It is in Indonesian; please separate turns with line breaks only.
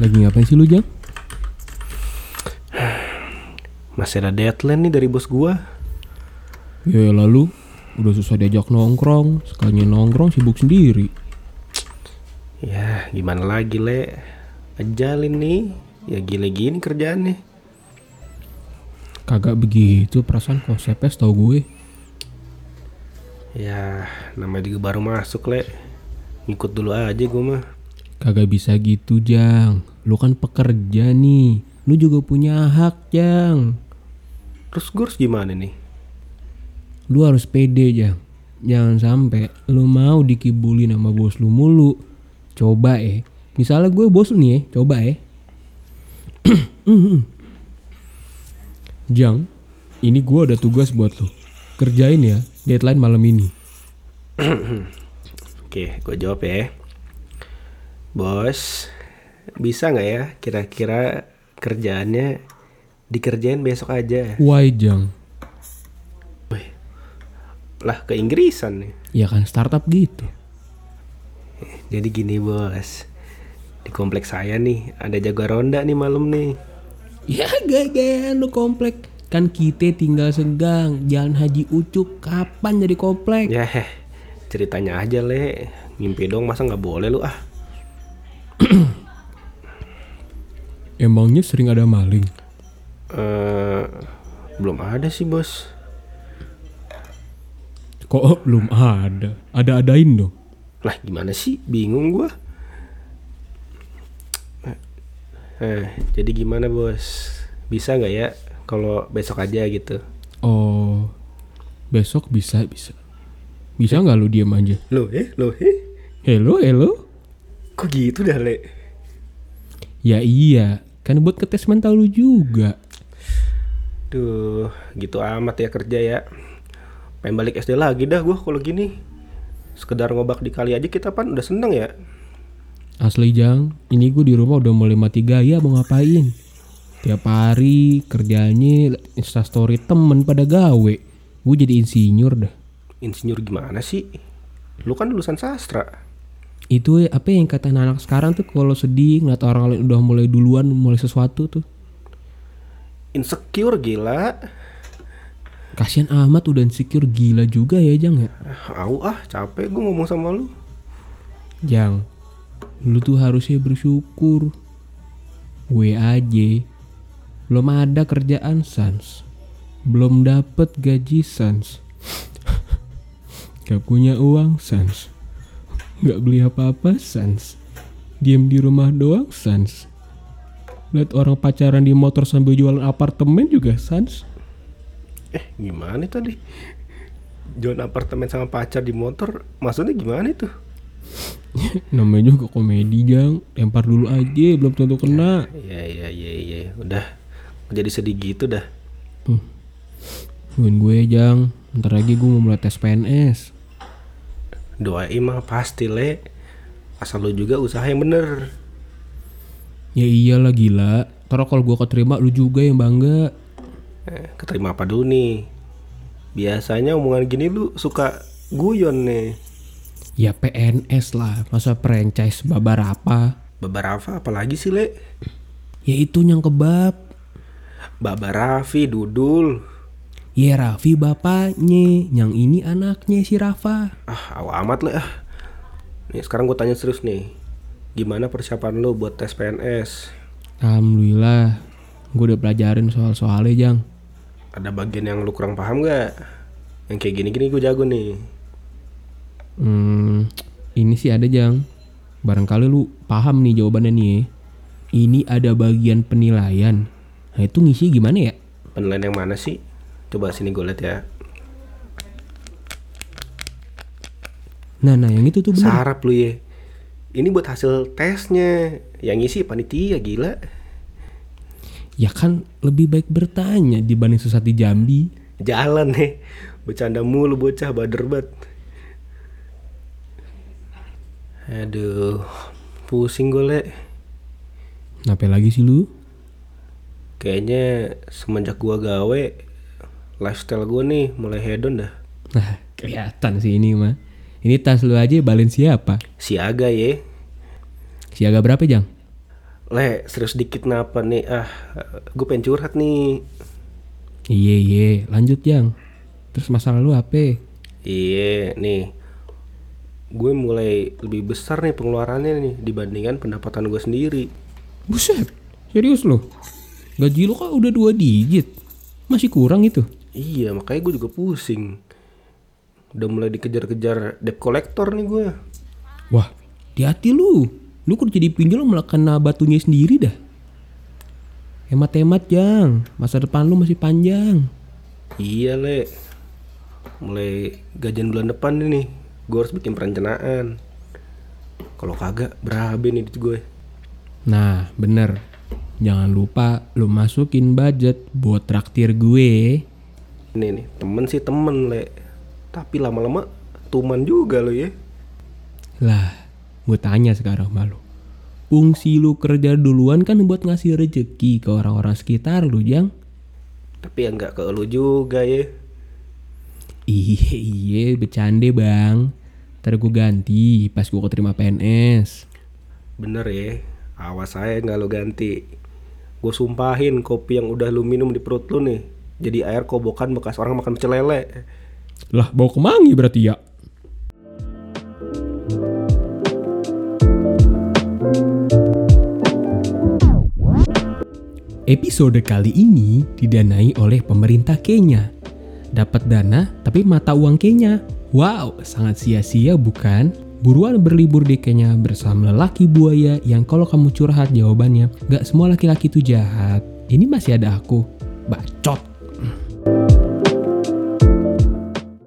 Lagi ngapain sih lu, Jack?
Masih ada deadline nih dari bos gua.
Ya lalu udah susah diajak nongkrong, sekalinya nongkrong sibuk sendiri.
Ya, gimana lagi, Le? Ajalin nih. Ya gile-gini kerjaan nih.
Kagak begitu perasaan konsepnya setahu gue.
Ya, namanya juga baru masuk, Le. Ngikut dulu aja gua mah.
Kagak bisa gitu, Jang. Lu kan pekerja nih. Lu juga punya hak, Jang.
Terus gue harus gimana nih?
Lu harus pede, Jang. Jangan sampai lu mau dikibulin sama bos lu mulu. Coba eh. Misalnya gue bos lu nih ya, coba eh. Jang, ini gue ada tugas buat lu. Kerjain ya, deadline malam ini.
Oke, gue jawab ya. Bos, bisa nggak ya kira-kira kerjaannya dikerjain besok aja?
Why, Jang?
Wih, lah ke Inggrisan nih.
Ya kan startup gitu.
Jadi gini bos, di kompleks saya nih ada jaga ronda nih malam nih.
Ya gaya lu komplek. Kan kita tinggal segang, jalan haji ucup, kapan jadi komplek?
Ya heh, ceritanya aja le, ngimpi dong masa nggak boleh lu ah.
Emangnya sering ada maling?
Eh, belum ada sih bos.
Kok oh, belum ada? Ada-adain dong.
Lah gimana sih? Bingung gua. Eh, jadi gimana bos? Bisa nggak ya kalau besok aja gitu?
Oh, besok bisa, bisa. Bisa nggak lu diam aja?
Loh eh, loh eh.
Hello, hello?
Kok gitu dah le?
Ya iya, kan buat ketes mental lu juga.
Duh, gitu amat ya kerja ya. Pengen balik SD lagi dah gua kalau gini. Sekedar ngobak di kali aja kita pan udah seneng ya.
Asli Jang, ini gue di rumah udah mulai mati gaya mau ngapain. Tiap hari kerjanya instastory temen pada gawe. Gue jadi insinyur dah.
Insinyur gimana sih? Lu kan lulusan sastra.
Itu eh, apa yang kata anak sekarang tuh kalau sedih ngeliat orang lain udah mulai duluan mulai sesuatu tuh.
Insecure gila.
Kasian amat udah insecure gila juga ya Jang ya.
Ah, Au ah, capek gua ngomong sama lu.
Jang, lu tuh harusnya bersyukur. Gue aja belum ada kerjaan sans, belum dapet gaji sans, gak punya uang sans, gak beli apa-apa sans, diem di rumah doang sans. Lihat orang pacaran di motor sambil jualan apartemen juga sans.
Eh gimana tadi? Jualan apartemen sama pacar di motor Maksudnya gimana itu?
Namanya juga komedi jang, lempar dulu aja belum tentu kena.
Ya ya ya ya Udah Jadi sedih gitu dah
Tungguin gue jang, ntar lagi gue mau mulai tes PNS.
Doain mah pasti le Asal lu juga usaha yang bener
Ya iyalah gila. Ntar kalau gua keterima lu juga yang bangga.
eh, Keterima apa dulu nih? Biasanya omongan gini lu suka guyon nih
Ya PNS lah, masa franchise babar apa?
Babarafa apalagi sih le?
Ya itu yang kebab.
Babarafi, Dudul
Ya Raffi bapaknya, yang ini anaknya si Rafa.
Ah aw amat le ah Nih sekarang gue tanya serius nih Gimana persiapan lu buat tes PNS?
Alhamdulillah, gue udah pelajarin soal-soalnya Jang.
Ada bagian yang lu kurang paham gak? Yang kayak gini-gini gue jago nih
Hmm, ini sih ada Jang. Barangkali lu paham nih jawabannya nih. ya. Ini ada bagian penilaian. Nah itu ngisi gimana ya?
Penilaian yang mana sih? Coba sini gue lihat ya.
Nah, nah yang itu tuh bener.
Sarap lu ya. Ini buat hasil tesnya. Yang ngisi panitia gila.
Ya kan lebih baik bertanya dibanding sesat di Jambi.
Jalan nih. Bercanda mulu bocah bader banget. Aduh, pusing gue le.
Kenapa lagi sih lu?
Kayaknya semenjak gua gawe, lifestyle gua nih mulai hedon dah.
Nah, kelihatan sih ini mah. Ini tas lu aja balin siapa?
Siaga ya.
Siaga berapa, Jang?
Le, serius dikit napa nih? Ah, gue pengen curhat nih.
Iye iye, lanjut Jang. Terus masalah lu apa?
Iya, nih. Gue mulai lebih besar nih pengeluarannya nih dibandingkan pendapatan gue sendiri.
Buset, serius lo? Gaji lo kan udah dua digit. Masih kurang itu.
Iya, makanya gue juga pusing. Udah mulai dikejar-kejar debt collector nih gue.
Wah, hati-hati lu. Lu kerja di pinjol malah kena batunya sendiri dah. Hemat-hemat, Jang. Masa depan lu masih panjang.
Iya, Le. Mulai gajian bulan depan nih, gue harus bikin perencanaan. Kalau kagak, berabe nih duit gue.
Nah, bener. Jangan lupa lu masukin budget buat traktir gue.
Nih nih, temen sih temen, Le. Tapi lama-lama tuman juga lo ya.
Lah, gue tanya sekarang sama lu. Fungsi lu kerja duluan kan buat ngasih rejeki ke orang-orang sekitar lu, Jang.
Tapi ya nggak ke lu juga ya.
Iye, iye, Iya, bercanda bang. Ntar gue ganti pas gue keterima PNS.
Bener ya, awas aja nggak lo ganti. Gue sumpahin kopi yang udah lu minum di perut lu nih. Jadi air kobokan bekas orang makan pecel lele.
Lah, bawa kemangi berarti ya? Episode kali ini didanai oleh pemerintah Kenya. Dapat dana, tapi mata uang Kenya. Wow, sangat sia-sia bukan? Buruan berlibur di Kenya bersama lelaki buaya yang kalau kamu curhat jawabannya, gak semua laki-laki itu jahat. Ini masih ada aku. Bacot.